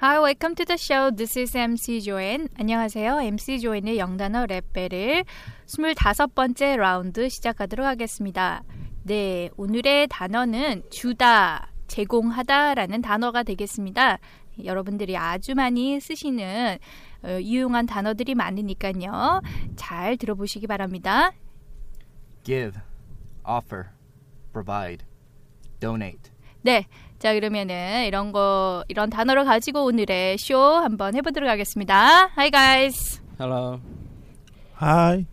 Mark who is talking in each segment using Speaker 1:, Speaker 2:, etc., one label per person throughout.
Speaker 1: Hi, welcome to the show. This is MC Joanne. 안녕하세요. MC 조앤의 영단어 랩벨을 25번째 라운드 시작하도록 하겠습니다. 네, 오늘의 단어는 주다, 제공하다라는 단어가 되겠습니다. 여러분들이 아주 많이 쓰시는 어, 유용한 단어들이 많으니까요. 잘 들어보시기 바랍니다.
Speaker 2: give, offer, provide, donate.
Speaker 1: 네. 자, 그러면은 이런 거 이런 단어를 가지고 오늘의 쇼 한번 해 보도록 하겠습니다. Hi guys.
Speaker 2: Hello.
Speaker 3: Hi.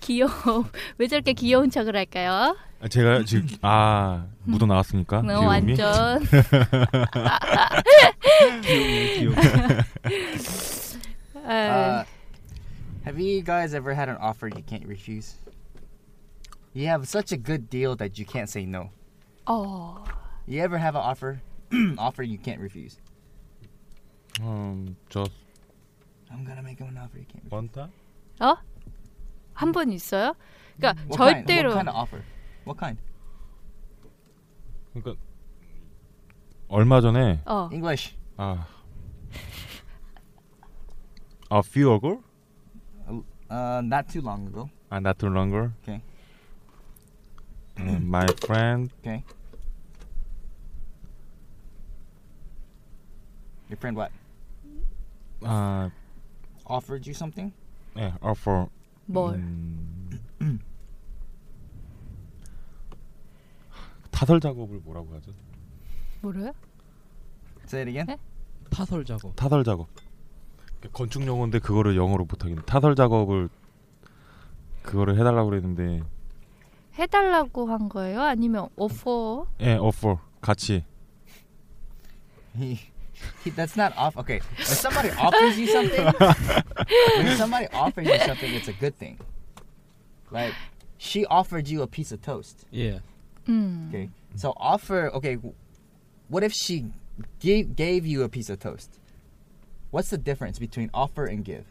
Speaker 1: 귀여워. 왜 저렇게 귀여운 척을 할까요?
Speaker 3: 제가 지금 아 묻어 나왔으니까
Speaker 1: 너
Speaker 3: 기호음이.
Speaker 1: 네, 완전 아,
Speaker 2: Uh, have you guys ever had an offer you can't refuse? You have such a good deal that you can't say no.
Speaker 1: 어.
Speaker 2: You ever have an offer, offer you can't refuse?
Speaker 3: 음, 저
Speaker 2: I'm gonna make him an offer you can't refuse.
Speaker 3: 원타?
Speaker 1: 어? 한 번 있어요? 그러니까
Speaker 2: What kind?
Speaker 1: 절대로
Speaker 2: What kind of offer? What kind?
Speaker 3: 그러니까 얼마 전에
Speaker 1: 어.
Speaker 2: English.
Speaker 3: 아 A few ago?
Speaker 2: Uh, not too long ago.
Speaker 3: 아, not too long ago.
Speaker 2: Okay.
Speaker 3: 음, my friend
Speaker 2: Okay. Your friend what?
Speaker 3: 아,
Speaker 2: Offered you something?
Speaker 3: 예, offer.
Speaker 1: 뭘?
Speaker 3: 음, 타설 작업을 뭐라고 하죠?
Speaker 1: 뭐래요?
Speaker 2: Say it again.
Speaker 4: 파설 작업.
Speaker 3: 타설 작업. 그 건축 용어인데 그거를 영어로 못 하긴. 타설 작업을 그거를 해달라고 그랬는데,
Speaker 1: 해 달라고 한 거예요? 아니면 오퍼?
Speaker 3: 예, offer 같이.
Speaker 2: He, he, that's not off. Okay, when somebody offers you something, when somebody offers you something, it's a good thing. Like she offered you a piece of toast.
Speaker 4: 예.
Speaker 1: 음.
Speaker 2: Okay, so offer. Okay, w- what if she gave gave you a piece of toast? What's the difference between offer and give?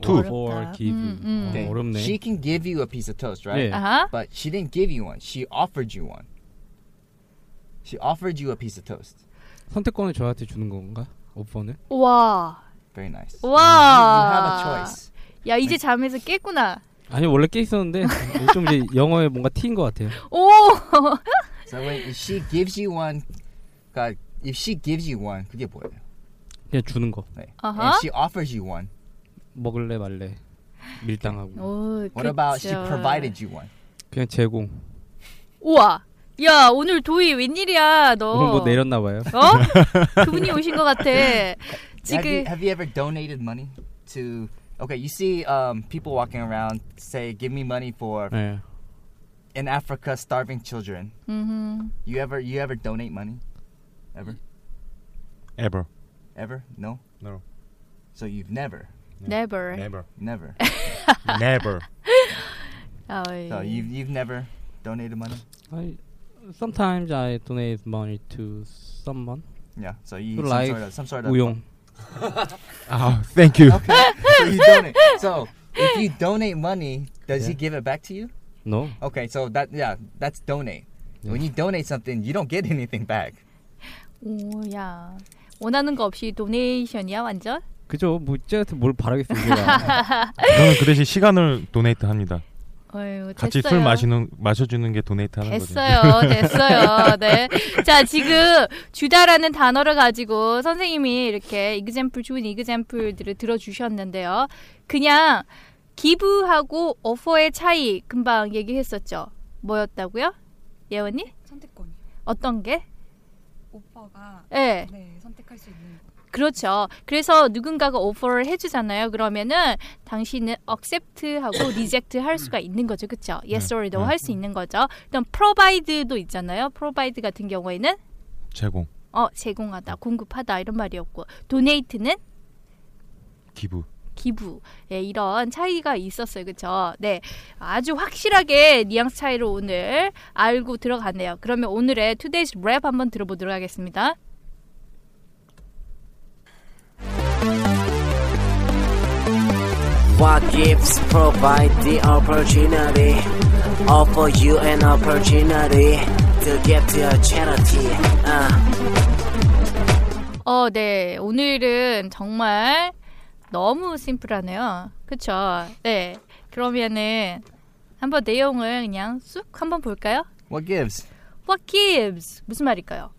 Speaker 3: 투.
Speaker 4: for give.
Speaker 1: 음, 음.
Speaker 4: Mm. 어, 어렵네.
Speaker 2: she can give you a piece of toast, right?
Speaker 4: 예.
Speaker 1: 아하.
Speaker 2: But she didn't give you one. She offered you one. She offered you a piece of toast.
Speaker 4: 선택권을 저한테 주는 건가? 오퍼는?
Speaker 1: 와.
Speaker 2: Very nice. You-
Speaker 1: 와.
Speaker 2: You have a 음, choice.
Speaker 1: 야,
Speaker 4: 네.
Speaker 1: 이제 잠에서 깼구나.
Speaker 4: 아니 원래 깨 있었는데 좀 이제 영어에 뭔가 튀인 것 같아요.
Speaker 1: 오!
Speaker 2: So when if she gives you one, God, if she gives you one, 그게 뭐예요?
Speaker 4: 그냥 주는 거.
Speaker 2: 네.
Speaker 1: 아하.
Speaker 2: And she offers you one.
Speaker 4: 먹을래 말래. 밀당하고.
Speaker 1: 오,
Speaker 2: What about she
Speaker 1: 그쵸.
Speaker 2: provided you one?
Speaker 4: 그냥 제공.
Speaker 1: 우와. 야, 오늘 도희 웬일이야, 너.
Speaker 4: 오늘 뭐 내렸나 봐요.
Speaker 1: 어? 그분이 오신 것 같아.
Speaker 2: Have you,
Speaker 1: 지금
Speaker 2: have you ever donated money to? Okay, you see um, people walking around say, "Give me money for
Speaker 4: 예.
Speaker 2: in Africa starving children."
Speaker 1: 음.
Speaker 2: You ever you ever donate money? Ever
Speaker 3: ever.
Speaker 2: ever? No.
Speaker 3: No.
Speaker 2: So you've never
Speaker 3: 네.
Speaker 1: never.
Speaker 3: never.
Speaker 2: never.
Speaker 3: never.
Speaker 1: 아이.
Speaker 2: So you've you've never donated money.
Speaker 4: I, sometimes I donate money to someone.
Speaker 2: Yeah. So you
Speaker 4: To
Speaker 2: some
Speaker 4: life,
Speaker 2: sort of some sort of
Speaker 4: 우용.
Speaker 3: 아, thank you.
Speaker 2: Okay. so you donate. So if you donate money, does he
Speaker 4: Yeah.
Speaker 2: give it back to you?
Speaker 4: No.
Speaker 2: Okay, so that yeah, that's donate. When you donate something, you don't get anything back.
Speaker 1: 오야. 원하는 거 없이 도네이션이야 완전?
Speaker 4: 그죠. 뭐 쟤한테 뭘 바라겠어. 우리가.
Speaker 3: 저는 그 대신 시간을 도네이트 합니다.
Speaker 1: 어휴,
Speaker 3: 같이
Speaker 1: 됐어요.
Speaker 3: 술 마시는 마셔주는 게 도네이트 하는 거죠.
Speaker 1: 됐어요, 됐어요. 네. 자, 지금 주다라는 단어를 가지고 선생님이 이렇게 이그잼플 좋은 이그잼플들을 들어주셨는데요. 그냥 기부하고 어퍼의 차이 금방 얘기했었죠. 뭐였다고요, 예원이?
Speaker 5: 선택권이요.
Speaker 1: 어떤 게?
Speaker 5: 오빠가
Speaker 1: 예. 네.
Speaker 5: 네 선택할 수 있는
Speaker 1: 그렇죠. 그래서 누군가가 오퍼를 해주잖아요. 그러면은 당신은 accept하고 reject 할 수가 있는 거죠. 그렇죠? yes or no
Speaker 3: 네.
Speaker 1: 할 수 있는 거죠. 일단 provide도 있잖아요. provide 같은 경우에는
Speaker 3: 제공,
Speaker 1: 어 제공하다, 공급하다 이런 말이었고 donate는
Speaker 3: 기부.
Speaker 1: 기부 예, 이런 차이가 있었어요. 그렇죠? 네, 아주 확실하게 뉘앙스 차이를 오늘 알고 들어갔네요. 그러면 오늘의 today's rap 한번 들어보도록 하겠습니다.
Speaker 6: What gifts provide the opportunity? Offer you an opportunity to get to a charity. Uh.
Speaker 1: 어, 네. 오늘은 정말 너무 심플하네요. 그쵸? 네. 그러면은 한번 내용을 그냥 쑥 한번 볼까요?
Speaker 2: What gives?
Speaker 1: What gives? 무슨 말일까요?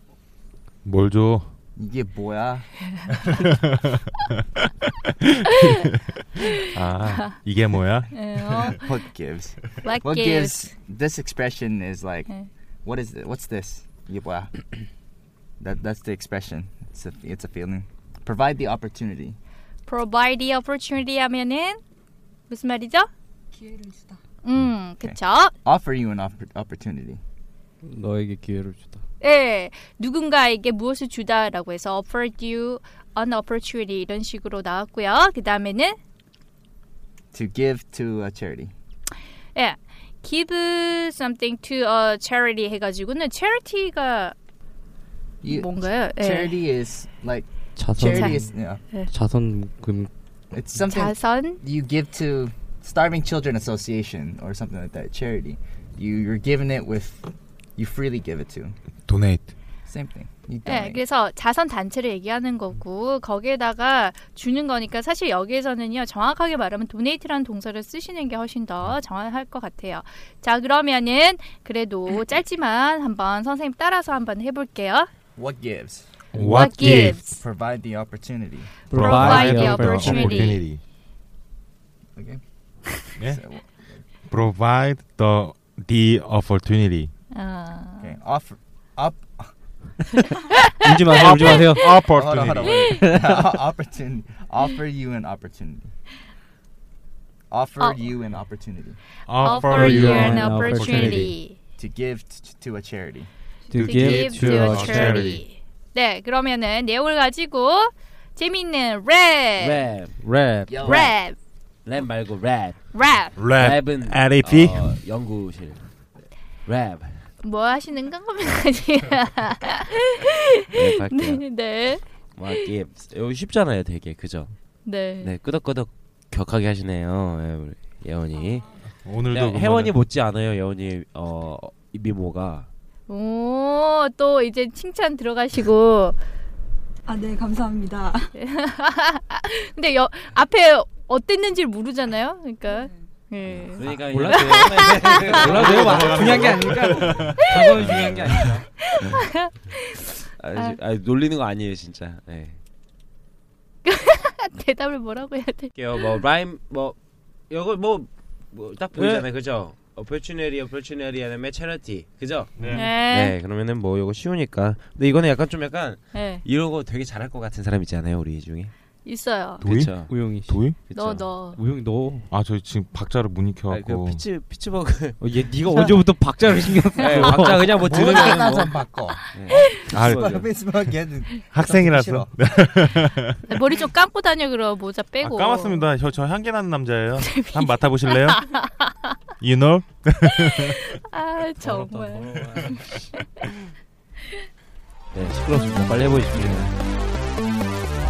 Speaker 3: 뭘 줘?
Speaker 2: 이게 뭐야?
Speaker 3: 아 이게 뭐야?
Speaker 1: 에, 어,
Speaker 2: What gives?
Speaker 1: What,
Speaker 2: What
Speaker 1: gives?
Speaker 2: gives? This expression is like,
Speaker 1: Yeah.
Speaker 2: what is it? What's this? 이게 뭐야? That that's the expression. It's a it's a feeling. Provide the opportunity.
Speaker 1: Provide the opportunity 하면은 무슨 말이죠?
Speaker 5: 기회를 주다.
Speaker 1: 음, 그쵸?
Speaker 2: Offer you an oppor- opportunity.
Speaker 4: 너에게 기회를 주다.
Speaker 1: 예, 누군가에게 무엇을 주다라고 해서 offer you an opportunity 이런 식으로 나왔고요. 그 다음에는
Speaker 2: To give to a charity.
Speaker 1: 예. give something to a charity 해가지고는 charity가
Speaker 2: You,
Speaker 1: 뭔가요? 예.
Speaker 2: Charity is like
Speaker 4: 자선
Speaker 2: charity is yeah.
Speaker 4: 자선금
Speaker 2: It's something
Speaker 1: 자선.
Speaker 2: you give to Starving Children Association or something like that. Charity. You you're giving it with you freely give it to.
Speaker 3: 도네이트.
Speaker 2: Same thing. You
Speaker 1: 예,
Speaker 2: donate.
Speaker 1: 그래서 자선 단체를 얘기하는 거고 거기에다가 주는 거니까 사실 여기에서는요 정확하게 말하면 donate라는 동사를 쓰시는 게 훨씬 더 정확할 것 같아요. 자 그러면은 그래도 짧지만 한번 선생님 따라서 한번 해볼게요.
Speaker 2: What gives?
Speaker 3: What gives?
Speaker 2: Provide the opportunity.
Speaker 1: Provide the
Speaker 3: opportunity.
Speaker 2: Okay.
Speaker 3: 예?
Speaker 2: So,
Speaker 3: Provide the the opportunity.
Speaker 1: 어,
Speaker 2: okay. Offer. Up.
Speaker 4: 울지 마세요. 울지 마세요.
Speaker 2: Hold on, hold on.
Speaker 3: Opportunity.
Speaker 2: Wait. opportunity. Offer you an opportunity. Offer
Speaker 1: Oh.
Speaker 2: you an opportunity
Speaker 1: offer you an
Speaker 4: an
Speaker 1: opportunity.
Speaker 2: to give t- to a charity.
Speaker 4: To give to a charity.
Speaker 1: 네, 그러면은 내용을 가지고 재미있는 랩,
Speaker 7: 네. 랩,
Speaker 4: 랩.
Speaker 2: Yo.
Speaker 1: 랩,
Speaker 7: 랩 말고 랩.
Speaker 1: 랩.
Speaker 3: Rap.
Speaker 7: 랩은
Speaker 3: RAP.
Speaker 7: 어, 연구실. 랩.
Speaker 1: 뭐 하시는 건가요?
Speaker 7: 네, 갈게요.
Speaker 1: 네,
Speaker 7: What gives? 이거 쉽잖아요, 되게 그죠?
Speaker 1: 네.
Speaker 7: 네, 끄덕끄덕 격하게 하시네요, 예, 우리 예원이.
Speaker 3: 오늘도
Speaker 7: 네,
Speaker 3: 그러면은
Speaker 7: 혜원이 못지 않아요, 예원이 어 미모가.
Speaker 1: 오, 또 이제 칭찬 들어가시고.
Speaker 5: 아 네 감사합니다.
Speaker 1: 근데 여, 앞에 어땠는지 모르잖아요. 그러니까. 예.
Speaker 7: 그러니까
Speaker 4: 몰라도 몰라도 돼요. 막 중요한 게 아니니까. 그거는 중요한 게 아니죠.
Speaker 7: 아, 아, 놀리는 거 아니에요, 진짜. 네.
Speaker 1: 대답을 뭐라고 해야 돼?
Speaker 7: 게요. 뭐 라임 뭐 이거 뭐딱
Speaker 4: 네.
Speaker 7: 보이잖아요, 그죠? opportunity, opportunity 하면 charity, 그죠?
Speaker 1: 네.
Speaker 7: 네, 그러면은 뭐 이거 쉬우니까. 근데 이거는 약간 좀 약간
Speaker 1: 네.
Speaker 7: 이러고 되게 잘할 것 같은 사람 있잖아요, 우리 중에.
Speaker 1: 있어요.
Speaker 3: 도이?
Speaker 7: 그쵸?
Speaker 4: 우영이 씨.
Speaker 3: 도이?
Speaker 1: 너
Speaker 7: 그쵸?
Speaker 1: 너.
Speaker 4: 우영이 너.
Speaker 3: 아 저 지금 박자를 못
Speaker 7: 아니, 그
Speaker 3: 익혀갖고.
Speaker 7: 피치 피치버그.
Speaker 4: 어, 얘 네가 언제부터 박자를 신경 써?
Speaker 7: 네, 각자 그냥 뭐 드는 거는 뭐.
Speaker 3: 아 학생이라서. 네,
Speaker 1: 머리 좀 감고 다녀 그럼 모자 빼고.
Speaker 3: 아, 까맣습니다. 저, 저 향기 나는 남자예요. 한번 맡아보실래요? you know?
Speaker 1: 아 정말.
Speaker 7: 네, 시끄럽습니다. 빨리 해보십시오.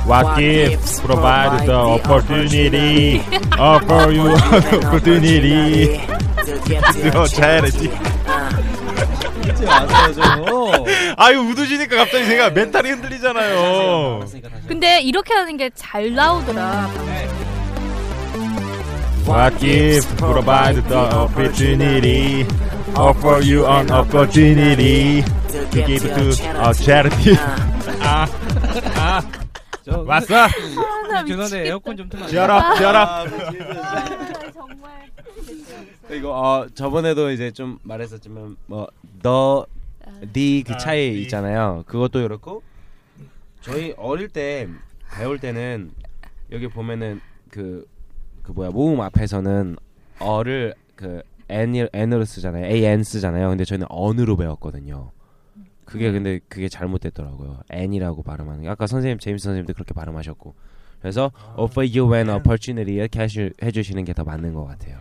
Speaker 3: What gives provide the opportunity offer you an opportunity
Speaker 6: to get to
Speaker 3: to
Speaker 6: a
Speaker 3: a
Speaker 6: charity.
Speaker 3: charity.
Speaker 6: Uh.
Speaker 7: 이제 왔어요, 저.
Speaker 3: 아유 웃으시니까 갑자기 제가 멘탈이 흔들리잖아요.
Speaker 1: 근데 이렇게 하는 게 잘 나오더라.
Speaker 3: What if provide the opportunity offer you an opportunity to give to a charity? 아, 아,
Speaker 4: 저-
Speaker 3: 왔어.
Speaker 1: 나
Speaker 4: 죄송한데 에어컨 좀 틀면 안 돼요?
Speaker 3: 저라, 저라.
Speaker 7: 이거 어 저번에도 이제 좀 말했었지만 뭐, 뭐너디그
Speaker 3: 아,
Speaker 7: 차이
Speaker 3: 네.
Speaker 7: 있잖아요. 그것도 그렇고 저희 어릴 때 배울 때는 여기 보면은 그 그 뭐야 모음 앞에서는 어를 그 n n으로 쓰잖아요. a n 쓰잖아요. 근데 저희는 언으로 배웠거든요. 그게 근데 그게 잘못됐더라고요. n이라고 발음하는 게 아까 선생님 제임스 선생님도 그렇게 발음하셨고 그래서 offer you an opportunity 이렇게 하시- 해주시는 게 더 맞는 것 같아요.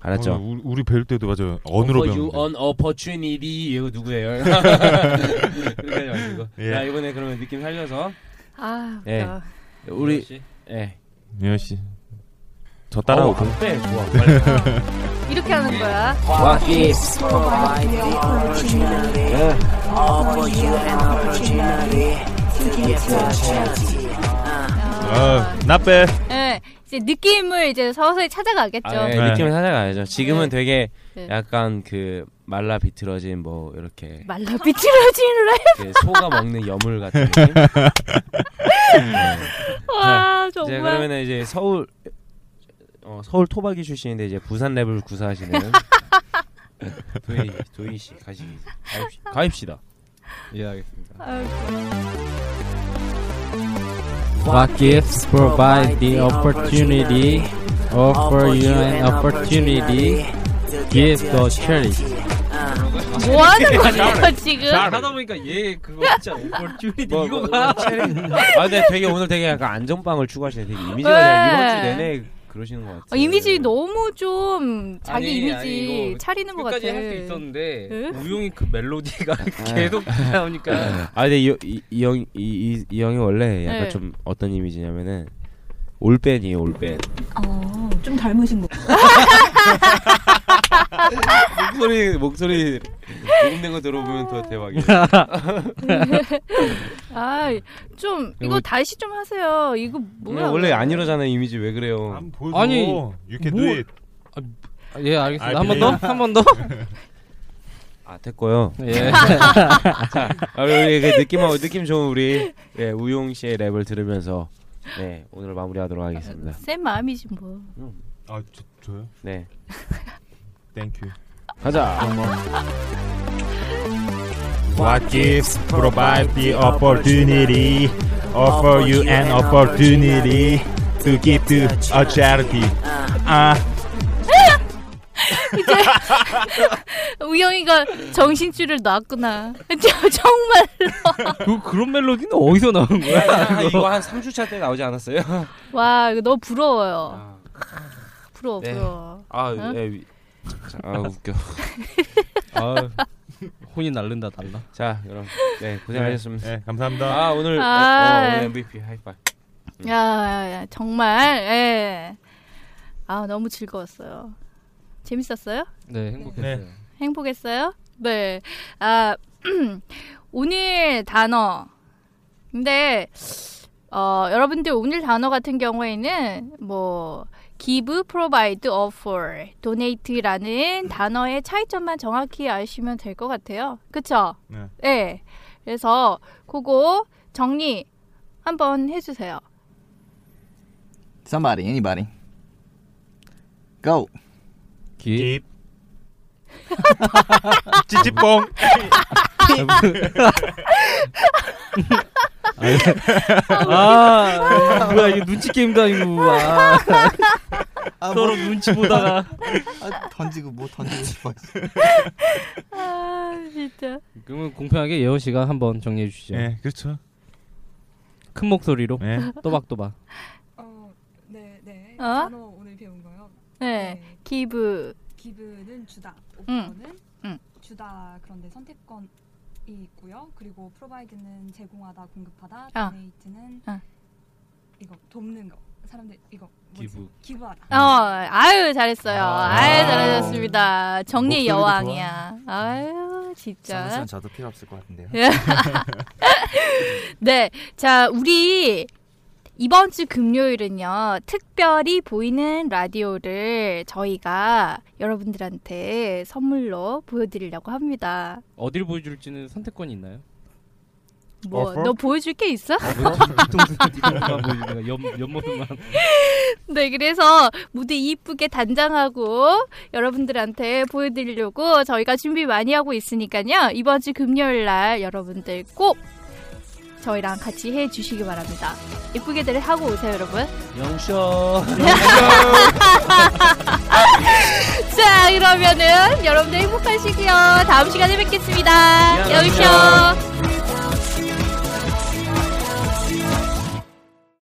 Speaker 7: 알았죠?
Speaker 3: 어, 우리, 우리 배울 때도 맞아요. 언으로
Speaker 7: Offer
Speaker 3: 배우는.
Speaker 7: you
Speaker 3: 거.
Speaker 7: an opportunity 이거 누구예요? 이렇게 하지 마시고.
Speaker 3: 예.
Speaker 7: 자 이번에 그러면 느낌 살려서
Speaker 1: 아,
Speaker 7: 예.
Speaker 1: 웃겨.
Speaker 7: 우리 예.
Speaker 3: 미연 씨, 저 따라오고.
Speaker 7: 네, 좋아. 빨리.
Speaker 1: 이렇게
Speaker 7: 예.
Speaker 1: 하는 거야.
Speaker 6: What is provide the opportunity?
Speaker 7: 예.
Speaker 6: Offer you an opportunity to give to a charity.
Speaker 3: 아, 나빼.
Speaker 1: 예, 이제 느낌을 이제 서서히 찾아가겠죠.
Speaker 7: 아, 예,
Speaker 3: 네.
Speaker 7: 느낌을 찾아가야죠. 지금은 되게
Speaker 1: 네.
Speaker 7: 약간 그 말라 비틀어진 뭐 이렇게
Speaker 1: 말라 비틀어진 랩.
Speaker 7: 그 소가 먹는 여물 같은 느낌.
Speaker 1: 와,
Speaker 7: 네. 이제
Speaker 1: 정말.
Speaker 7: 그러면은 이제 네, 서울 어, 서울 토박이 출신인데 이제 부산 랩을 구사하시는 도희 도희 씨 가시 가입시, 가입시다. 예 알겠습니다.
Speaker 1: 아유,
Speaker 4: What gifts provide the opportunity? Offer you an opportunity.
Speaker 6: to
Speaker 4: Give
Speaker 6: to
Speaker 4: to
Speaker 6: a
Speaker 4: charity.
Speaker 1: 뭐 하는 거예요 지금?
Speaker 7: 하다 보니까 얘 그거 진짜 오퍼튜니티 이거가 아 근데 되게 오늘 되게 약간 안전빵을 추구하시네 되게 이미지가 그냥 이번 주
Speaker 1: 네.
Speaker 7: 내내 그러시는 것 같아요
Speaker 1: 어, 이미지 너무 좀 자기
Speaker 4: 아니,
Speaker 1: 이미지
Speaker 4: 아니, 이거
Speaker 1: 차리는 것 같아. 네?
Speaker 4: 끝까지 할 수 있었는데
Speaker 1: 응?
Speaker 4: 우용이 그 멜로디가 계속 나오니까
Speaker 7: 네. 아 근데 이형이이 이, 이 형이 원래 약간
Speaker 1: 네.
Speaker 7: 좀 어떤 이미지냐면은 올밴이에요 올밴
Speaker 5: 어, 좀 닮으신 거.
Speaker 7: 목소리 목소리 녹음된 거 들어보면 더 대박이에요
Speaker 1: 아, 좀 이거
Speaker 7: 이거-
Speaker 1: 다시 좀 하세요. 이거 뭐야?
Speaker 7: 음, 원래 안 이러잖아요 이미지 왜 그래요
Speaker 3: 보여줘.
Speaker 4: 아니,
Speaker 3: You can
Speaker 4: 뭐-
Speaker 3: do it.
Speaker 4: 예 알겠습니다.
Speaker 3: 아,
Speaker 4: 한 번 더? 한 번 더?
Speaker 7: 아 됐고요
Speaker 4: 예.
Speaker 7: 아, 우리 그 느낌하고 느낌 좋은 우리 예, 우용 씨의 랩을 들으면서 네 오늘 마무리하도록 하겠습니다
Speaker 1: 센 마음이지 뭐.
Speaker 3: 아, 저, 저요?
Speaker 7: 네
Speaker 3: Thank you.
Speaker 7: 가자
Speaker 3: What gifts provide the opportunity? Offer you an opportunity to give to a charity. 아,
Speaker 1: 우영이가 정신줄을 놨구나. 저 정말
Speaker 4: 그 그런 멜로디는 어디서 나온 거야?
Speaker 7: 아, 이거 아, 한 3주차 때 나오지 않았어요?
Speaker 1: 와, 이거 너무
Speaker 7: 아,
Speaker 1: 부러워요. 부러워,
Speaker 7: 네.
Speaker 1: 부러워.
Speaker 7: 아,
Speaker 1: 응?
Speaker 7: 예, 위- 자, 아 웃겨.
Speaker 4: 아. 혼이 날른다 달라.
Speaker 7: 자, 여러분, 네 고생하셨습니다.
Speaker 3: 네, 감사합니다.
Speaker 7: 아 오늘
Speaker 1: 아.
Speaker 7: 어, 어, 오늘 MVP 하이파이. 음.
Speaker 1: 야, 야, 야, 정말. 예. 아, 너무 즐거웠어요. 재밌었어요?
Speaker 4: 네, 행복했어요.
Speaker 1: 행복했어요? 네. 아, 오늘 단어. 근데, 어, 여러분들 오늘 단어 같은 경우에는, 뭐, give, provide, offer, donate라는 단어의 차이점만 정확히 아시면 될 것 같아요. 그쵸?
Speaker 3: 네.
Speaker 1: 네. 그래서, 그거 정리 한번 해주세요.
Speaker 2: Somebody, anybody. Go.
Speaker 4: 기.
Speaker 3: 찌찌뽕.
Speaker 4: 아, 뭐야 이게 눈치 게임도 아니고. 아, 서로 눈치 보다가.
Speaker 2: 아, 던지고 뭐 던지고 싶어.
Speaker 1: 아, 진짜.
Speaker 4: 그러면 공평하게 예원 씨가 한번 정리해 주시죠.
Speaker 3: 네, 그렇죠.
Speaker 4: 큰 목소리로
Speaker 3: 네.
Speaker 4: 또박또박.
Speaker 5: 어, 네, 네.
Speaker 1: 어?
Speaker 5: 단어 오늘 배운 거요.
Speaker 1: 네. give.
Speaker 5: 기브는 주다, 오퍼는
Speaker 1: 응.
Speaker 5: 주다 그런데 선택권이 있고요. 그리고 프로바이드는 제공하다, 공급하다,
Speaker 1: 아.
Speaker 5: 도네이트는
Speaker 1: 아.
Speaker 5: 이거 돕는 거. 사람들 이거 뭐지?
Speaker 4: 기부.
Speaker 5: 기부하다.
Speaker 1: 어, 아유 잘했어요. 아유 잘하셨습니다. 정리
Speaker 2: 목소리도
Speaker 1: 여왕이야. 아유 진짜. 예.
Speaker 2: 장훈 저도 필요 없을 것 같은데요.
Speaker 1: 네, 자 우리 이번 주 금요일은요, 특별히 보이는 라디오를 저희가 여러분들한테 선물로 보여드리려고 합니다.
Speaker 4: 어디를 보여줄지는 선택권이 있나요?
Speaker 1: 뭐,
Speaker 3: 어퍼?
Speaker 1: 너 보여줄 게 있어?
Speaker 4: 뒷모습만 보여주니까 옆, 옆모습만
Speaker 1: 네, 그래서 무대 이쁘게 단장하고 여러분들한테 보여드리려고 저희가 준비 많이 하고 있으니까요. 이번 주 금요일 날 여러분들 꼭 저희랑 같이 해 주시기 바랍니다. 이쁘게들 하고 오세요, 여러분.
Speaker 4: 영쇼
Speaker 1: 자, 그러면은 여러분들 행복하시고요. 다음 시간에 뵙겠습니다.
Speaker 7: 안녕.
Speaker 1: 영쇼.